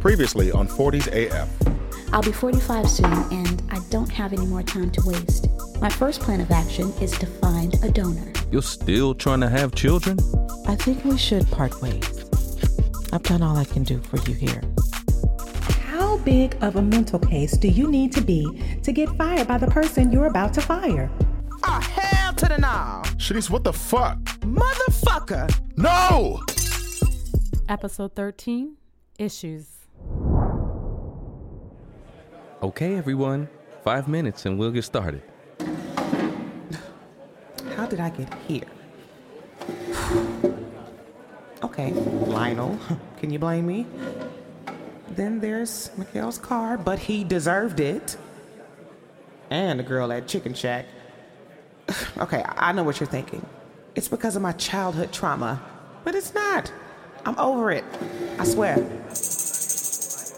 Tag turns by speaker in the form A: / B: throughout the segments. A: Previously on 40s AF.
B: I'll be 45 soon, and I don't have any more time to waste. My first plan of action is to find a donor.
C: You're still trying to have children?
D: I think we should part ways. I've done all I can do for you here.
E: How big of a mental case do you need to be to get fired by the person you're about to fire?
F: Oh, hell to the no.
A: Shanice, what the fuck?
F: Motherfucker.
A: No!
G: Episode 13 Issues.
C: Okay, everyone. Five minutes and we'll get started.
E: How did I get here? Okay,
F: Lionel, can you blame me? Then there's Mikhail's car, but he deserved it. And the girl at Chicken Shack. Okay, I know what you're thinking. It's because of my childhood trauma. But it's not. I'm over it. I swear.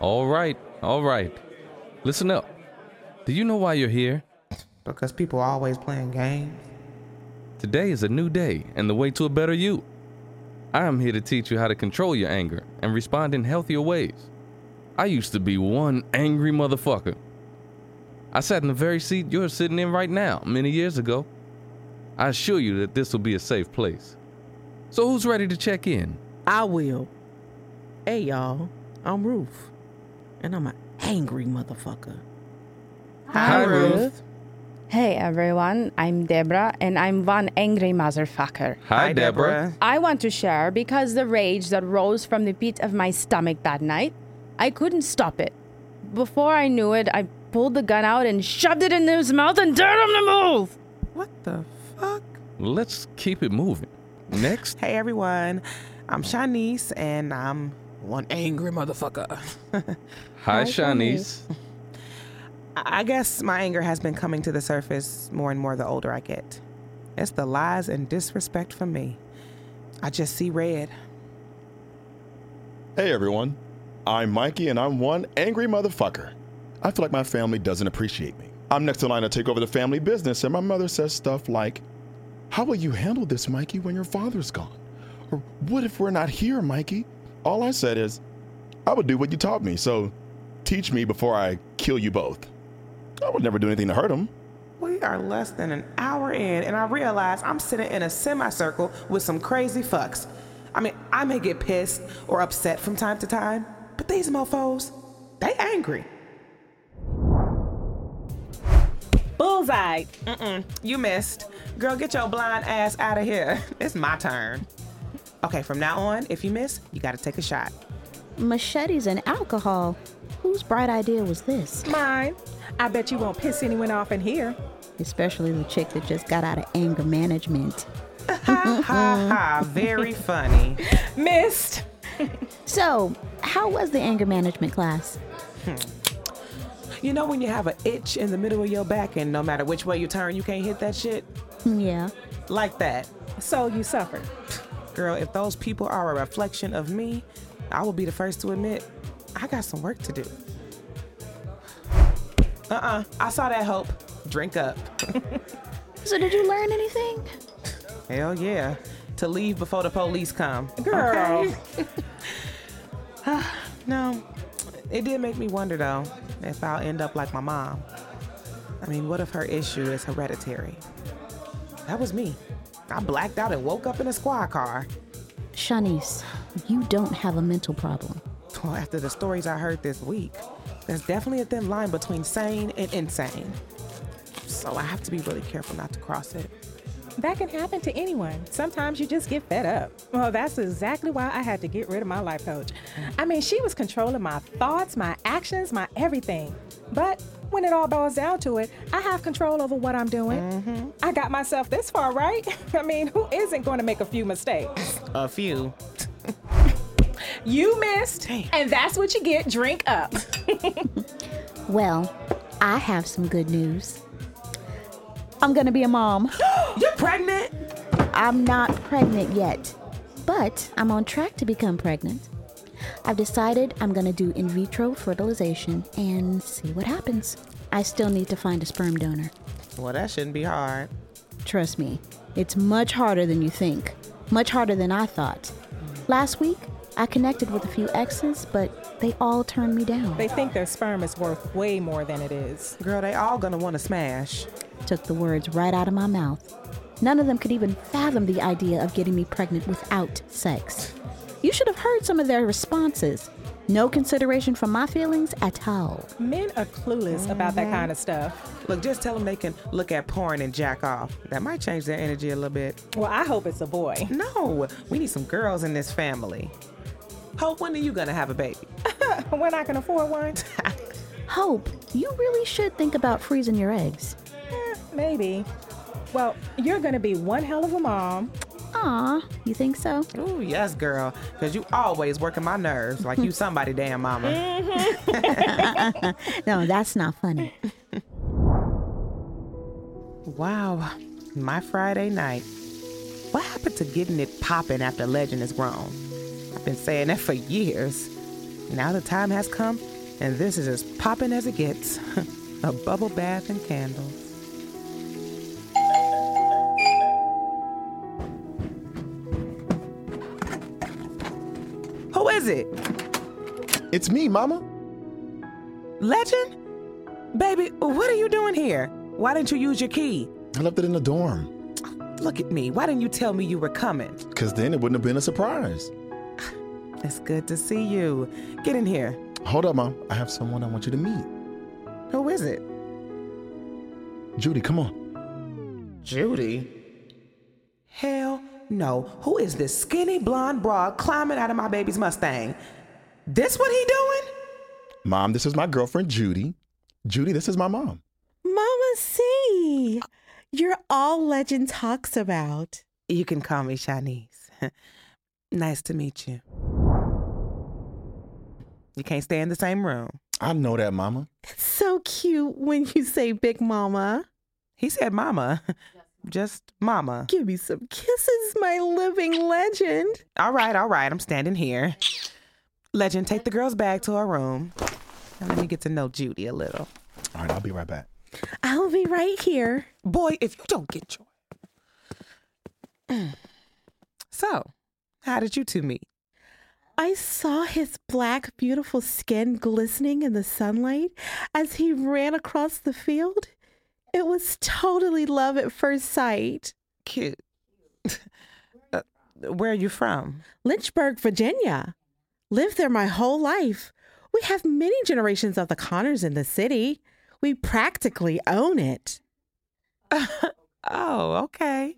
C: All right, all right. Listen up. Do you know why you're here?
F: Because people are always playing games.
C: Today is a new day and the way to a better you. I am here to teach you how to control your anger and respond in healthier ways. I used to be one angry motherfucker. I sat in the very seat you're sitting in right now, many years ago. I assure you that this will be a safe place. So, who's ready to check in?
D: I will. Hey, y'all. I'm Ruth, and I'm an angry motherfucker.
C: Hi,
H: Hey everyone, I'm Deborah and I'm one angry motherfucker.
C: Hi, Deborah.
H: I want to share because the rage that rose from the pit of my stomach that night, I couldn't stop it. Before I knew it, I pulled the gun out and shoved it in his mouth and dared him to move.
E: What the fuck?
C: Let's keep it moving. Next,
F: Hey everyone, I'm Shanice and I'm one angry motherfucker.
C: hi, Shanice.
F: I I guess my anger has been coming to the surface more and more the older I get. It's the lies and disrespect from me. I just see red.
A: Hey, everyone. I'm Mikey, and I'm one angry motherfucker. I feel like my family doesn't appreciate me. I'm next in line to take over the family business, and my mother says stuff like, How will you handle this, Mikey, when your father's gone? Or what if we're not here, Mikey? All I said is, I would do what you taught me, so teach me before I kill you both. I would never do anything to hurt him.
F: We are less than an hour in, and I realize I'm sitting in a semicircle with some crazy fucks. I mean, I may get pissed or upset from time to time, but these mofos, they angry. Bullseye. Mm-mm, you missed. Girl, get your blind ass out of here. It's my turn. Okay, from now on, if you miss, you gotta take a shot.
B: Machetes and alcohol. Whose bright idea was this?
E: mine. I bet you won't piss anyone off in here.
B: Especially the chick that just got out of anger management.
F: Ha ha ha, very funny.
E: Missed.
B: So, how was the anger management class?
F: You know when you have an itch in the middle of your back and no matter which way you turn, you can't hit that shit?
B: Hmm, Yeah.
F: Like that.
E: So you suffered.
F: Girl, if those people are a reflection of me, I will be the first to admit I got some work to do. Uh uh I saw that hope. Drink up.
B: So, did you learn anything?
F: Hell yeah. To leave before the police come.
E: Girl.
F: No, it did make me wonder though if I'll end up like my mom. I mean, what if her issue is hereditary? That was me. I blacked out and woke up in a squad car.
B: Shanice, you don't have a mental problem.
F: Well, after the stories I heard this week, there's definitely a thin line between sane and insane. So I have to be really careful not to cross it.
E: That can happen to anyone. Sometimes you just get fed up. Well, that's exactly why I had to get rid of my life coach. I mean, she was controlling my thoughts, my actions, my everything. But when it all boils down to it, I have control over what I'm doing.
F: Mm-hmm.
E: I got myself this far, right? I mean, who isn't going to make a few mistakes?
F: A few.
E: You missed,
F: Damn.
E: and that's what you get. Drink up.
B: Well, I have some good news. I'm gonna be a mom.
F: You're pregnant?
B: I'm not pregnant yet, but I'm on track to become pregnant. I've decided I'm gonna do in vitro fertilization and see what happens. I still need to find a sperm donor.
F: Well, that shouldn't be hard.
B: Trust me, it's much harder than you think, much harder than I thought. Last week, I connected with a few exes, but they all turned me down.
E: They think their sperm is worth way more than it is.
F: Girl, they all gonna wanna smash.
B: took the words right out of my mouth. None of them could even fathom the idea of getting me pregnant without sex. You should have heard some of their responses. No consideration for my feelings at all.
E: Men are clueless about that kind of stuff.
F: Look, just tell them they can look at porn and jack off. That might change their energy a little bit.
E: Well, I hope it's a boy.
F: No, we need some girls in this family. Hope, when are you gonna have a baby?
E: When I can afford one?
B: Hope, you really should think about freezing your eggs.
E: Eh, maybe. Well, you're going to be one hell of a mom.
B: Aw, you think so?
F: Ooh, yes, girl, because you always working my nerves like you somebody damn mama.
B: No, that's not funny.
F: Wow, my Friday night. What happened to getting it popping after Legend is grown? I've been saying that for years. Now the time has come, and this is as popping as it gets. a bubble bath and candles. Who is it?
A: It's me, Mama.
F: Legend? Baby, what are you doing here? Why didn't you use your key?
A: I left it in the dorm
F: Look at me. Why didn't you tell me you were coming?
A: because then it wouldn't have been a surprise.
F: It's good to see you. Get in here.
A: Hold up, Mom. I have someone I want you to meet.
F: Who is it?
A: Judy, come on.
F: Judy. Hell no. Who is this skinny blonde broad climbing out of my baby's Mustang? This what he doing?
A: Mom, this is my girlfriend, Judy. Judy, this is my mom.
I: Mama C, you're all legend talks about.
F: You can call me Shanice. nice to meet you. You can't stay in the same room.
A: I know that, Mama.
I: So cute when you say Big Mama.
F: He said mama. Just mama.
I: Give me some kisses, my living legend.
F: All right, all right. I'm standing here. Legend, take the girl's bag to her room. And let me get to know Judy a little.
A: All right, I'll be right back.
I: I'll be right here.
F: Boy, if you don't get your. So, how did you two meet?
I: I saw his black, beautiful skin glistening in the sunlight as he ran across the field. It was totally love at first sight.
F: Cute. Uh, where are you from?
I: Lynchburg, Virginia. Lived there my whole life. We have many generations of the Connors in the city. We practically own it.
F: Oh, okay.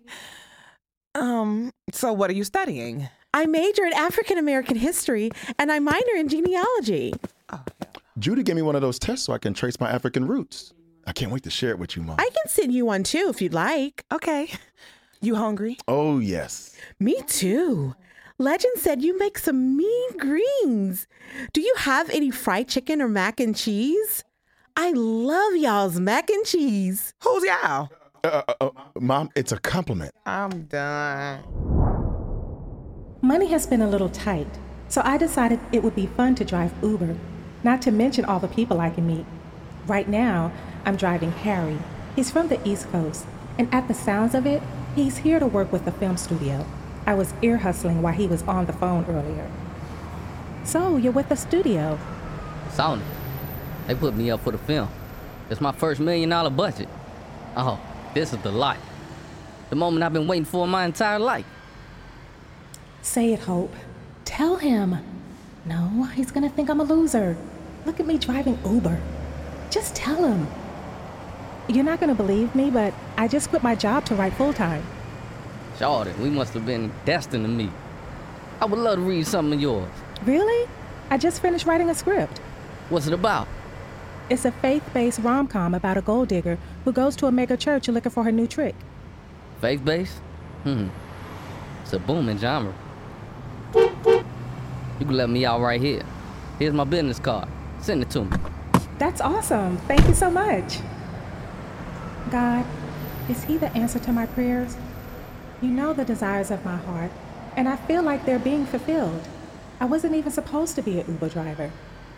F: Um, so what are you studying?
I: I major in African American history and I minor in genealogy.
A: Judy gave me one of those tests so I can trace my African roots. I can't wait to share it with you, Mom.
I: I can send you one too if you'd like.
F: Okay. You hungry?
A: oh, yes.
I: Me too. Legend said you make some mean greens. Do you have any fried chicken or mac and cheese? I love y'all's mac and cheese.
F: Who's y'all?
A: Uh, uh, uh, Mom, it's a compliment.
F: I'm done.
E: Money has been a little tight, so I decided it would be fun to drive Uber, not to mention all the people I can meet. Right now, I'm driving Harry. He's from the East Coast, and at the sounds of it, he's here to work with the film studio. I was ear hustling while he was on the phone earlier. So, you're with the studio.
J: Sony. They put me up for the film. It's my first million dollar budget. Oh, this is the life. The moment I've been waiting for my entire life.
E: Say it, Hope. Tell him. No, he's gonna think I'm a loser. Look at me driving Uber. Just tell him. You're not gonna believe me, but I just quit my job to write full time.
J: Jordan, we must have been destined to meet. I would love to read something of yours.
E: Really? I just finished writing a script.
J: What's it about?
E: It's a faith based rom com about a gold digger who goes to a mega church looking for her new trick.
J: Faith based? Hmm. It's a booming genre. You can let me out right here. Here's my business card. Send it to me.
E: That's awesome. Thank you so much. God, is He the answer to my prayers? You know the desires of my heart, and I feel like they're being fulfilled. I wasn't even supposed to be an Uber driver.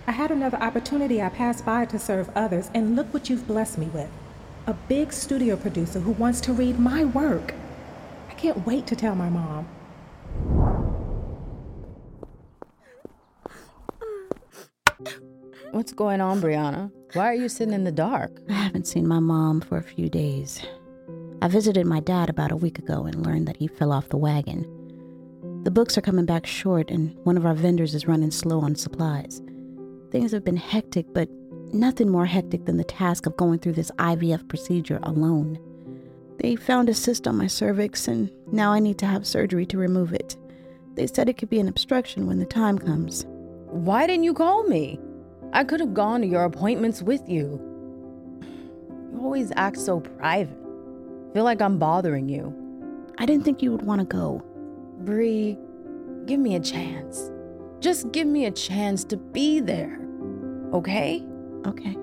E: I had another opportunity I passed by to serve others, and look what you've blessed me with a big studio producer who wants to read my work. I can't wait to tell my mom.
H: What's going on, Brianna? Why are you sitting in the dark?
B: I haven't seen my mom for a few days. I visited my dad about a week ago and learned that he fell off the wagon. The books are coming back short, and one of our vendors is running slow on supplies. Things have been hectic, but nothing more hectic than the task of going through this IVF procedure alone. They found a cyst on my cervix, and now I need to have surgery to remove it. They said it could be an obstruction when the time comes.
H: Why didn't you call me? I could have gone to your appointments with you. You always act so private. Feel like I'm bothering you.
B: I didn't think you would want to go.
H: Bree, give me a chance. Just give me a chance to be there. Okay?
B: Okay.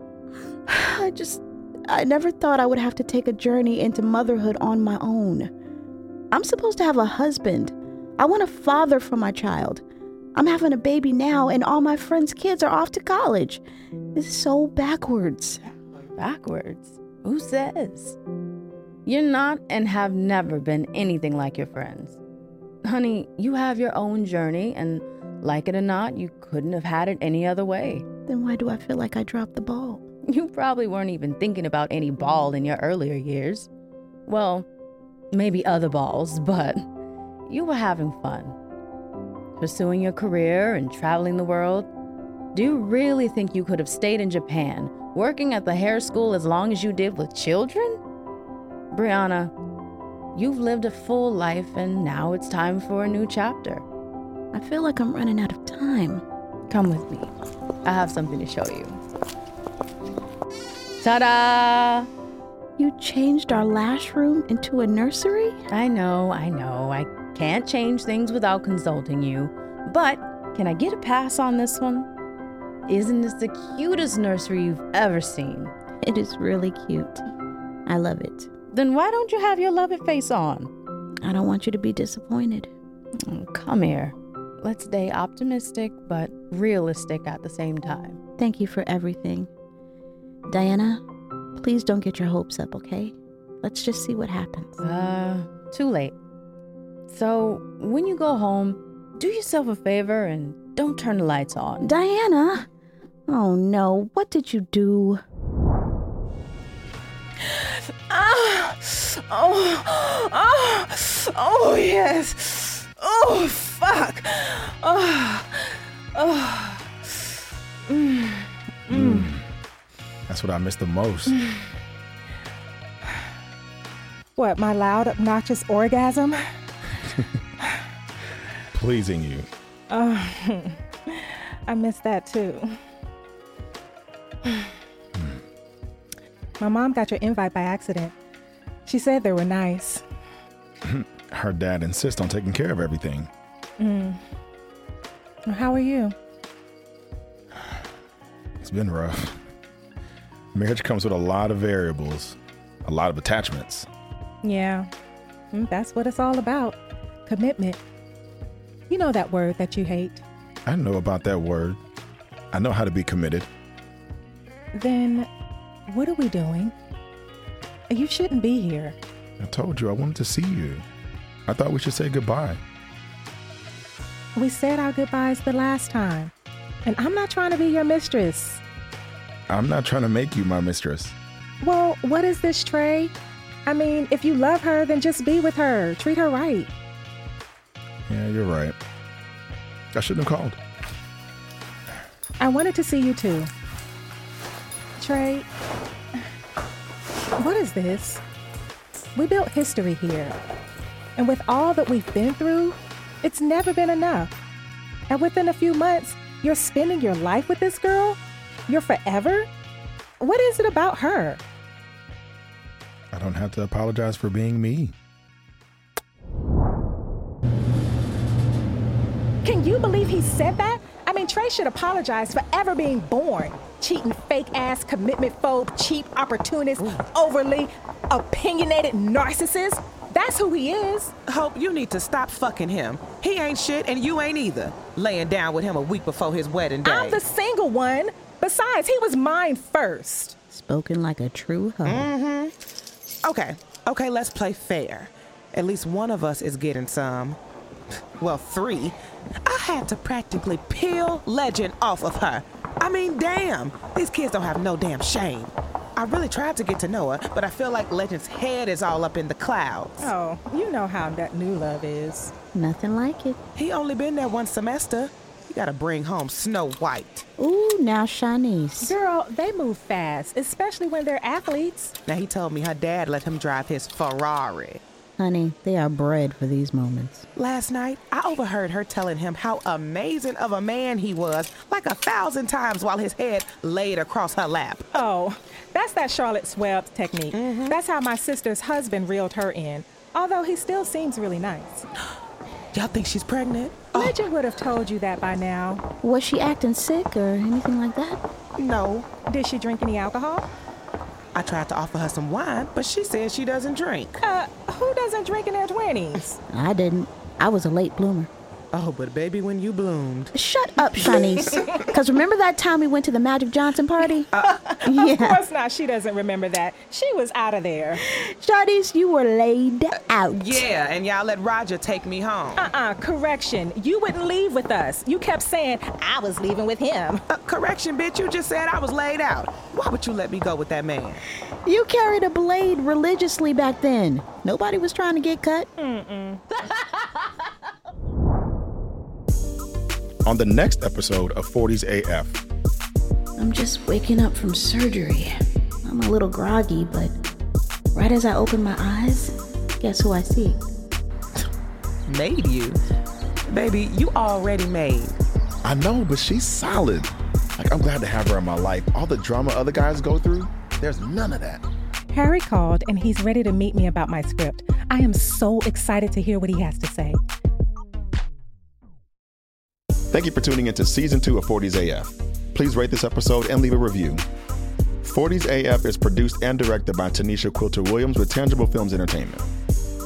B: I just, I never thought I would have to take a journey into motherhood on my own. I'm supposed to have a husband. I want a father for my child. I'm having a baby now, and all my friends' kids are off to college. It's so backwards.
H: Backwards. Who says? You're not and have never been anything like your friends. Honey, you have your own journey, and like it or not, you couldn't have had it any other way.
B: Then why do I feel like I dropped the ball?
H: You probably weren't even thinking about any ball in your earlier years. Well, maybe other balls, but you were having fun. Pursuing your career and traveling the world. Do you really think you could have stayed in Japan, working at the hair school as long as you did with children? Brianna, you've lived a full life and now it's time for a new chapter.
B: I feel like I'm running out of time.
H: Come with me. I have something to show you. Ta da!
B: You changed our lash room into a nursery?
H: I know, I know. I can't change things without consulting you. But can I get a pass on this one? Isn't this the cutest nursery you've ever seen?
B: It is really cute. I love it.
H: Then why don't you have your love it face on?
B: I don't want you to be disappointed.
H: Oh, come here. Let's stay optimistic but realistic at the same time.
B: Thank you for everything. Diana, please don't get your hopes up, okay? Let's just see what happens.
H: Uh, too late. So, when you go home, do yourself a favor and don't turn the lights on.
B: Diana! Oh no, what did you do?
D: Ah, oh, oh, oh yes. Oh fuck. Oh, oh. Mm, mm.
A: That's what I miss the most.
E: What, my loud, obnoxious orgasm?
A: Pleasing you.
E: Oh, I miss that too. My mom got your invite by accident. She said they were nice.
A: Her dad insists on taking care of everything.
E: Mm. How are you?
A: It's been rough. Marriage comes with a lot of variables, a lot of attachments.
E: Yeah, Mm, that's what it's all about commitment. You know that word that you hate.
A: I know about that word. I know how to be committed.
E: Then, what are we doing? You shouldn't be here.
A: I told you I wanted to see you. I thought we should say goodbye.
E: We said our goodbyes the last time. And I'm not trying to be your mistress.
A: I'm not trying to make you my mistress.
E: Well, what is this, Trey? I mean, if you love her, then just be with her. Treat her right.
A: Yeah, you're right. I shouldn't have called.
E: I wanted to see you too. Trey, what is this? We built history here. And with all that we've been through, it's never been enough. And within a few months, you're spending your life with this girl? You're forever? What is it about her?
A: I don't have to apologize for being me.
E: Can you believe he said that? I mean, Trey should apologize for ever being born. Cheating, fake ass, commitment phobe, cheap opportunist, overly opinionated narcissist. That's who he is.
F: Hope you need to stop fucking him. He ain't shit and you ain't either. Laying down with him a week before his wedding day.
E: I'm the single one. Besides, he was mine first.
B: Spoken like a true hoe.
F: Mm-hmm. Okay, okay, let's play fair. At least one of us is getting some. well, three, I had to practically peel legend off of her. I mean, damn, these kids don't have no damn shame. I really tried to get to know her, but I feel like Legend's head is all up in the clouds.
E: Oh, you know how that new love is.
B: Nothing like it.
F: He only been there one semester. You gotta bring home Snow White.
B: Ooh, now Shanice.
E: Girl, they move fast, especially when they're athletes.
F: Now he told me her dad let him drive his Ferrari.
B: Honey, they are bred for these moments.
F: Last night, I overheard her telling him how amazing of a man he was, like a thousand times while his head laid across her lap. Mm-hmm.
E: Oh, that's that Charlotte's Web technique. That's how my sister's husband reeled her in, although he still seems really nice.
F: Y'all think she's pregnant? Oh,
E: Legend would have told you that by now.
B: Was she acting sick or anything like that?
F: No.
E: Did she drink any alcohol?
F: I tried to offer her some wine, but she said she doesn't drink.
E: Uh, who doesn't drink in their 20s?
B: I didn't. I was a late bloomer.
F: Oh, but baby, when you bloomed.
B: Shut up, Shanice. Because remember that time we went to the Magic Johnson party?
E: Uh, Of course not. She doesn't remember that. She was out of there.
B: Shanice, you were laid
E: Uh,
B: out.
F: Yeah, and y'all let Roger take me home.
E: Uh-uh, correction. You wouldn't leave with us. You kept saying, I was leaving with him.
F: Uh, correction, bitch, you just said I was laid out. Why would you let me go with that man?
B: You carried a blade religiously back then. Nobody was trying to get cut.
A: on the next episode of 40s AF.
B: I'm just waking up from surgery. I'm a little groggy, but right as I open my eyes, guess who I see?
F: Made you. Baby, you already made.
A: I know, but she's solid. Like, I'm glad to have her in my life. All the drama other guys go through, there's none of that.
E: Harry called and he's ready to meet me about my script. I am so excited to hear what he has to say.
A: Thank you for tuning into season two of 40s AF. Please rate this episode and leave a review. 40s AF is produced and directed by Tanisha Quilter Williams with Tangible Films Entertainment.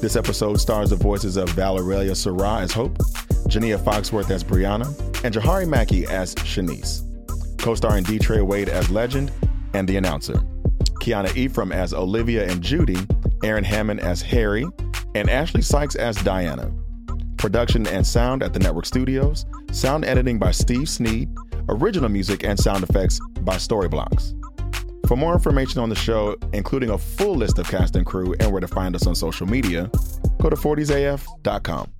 A: This episode stars the voices of Valeria Sarah as Hope, Jania Foxworth as Brianna, and Jahari Mackey as Shanice. Co starring D. Trey Wade as Legend and the announcer, Kiana Ephraim as Olivia and Judy, Aaron Hammond as Harry, and Ashley Sykes as Diana. Production and sound at the network studios. Sound editing by Steve Snead. Original music and sound effects by Storyblocks. For more information on the show, including a full list of cast and crew and where to find us on social media, go to 40saf.com.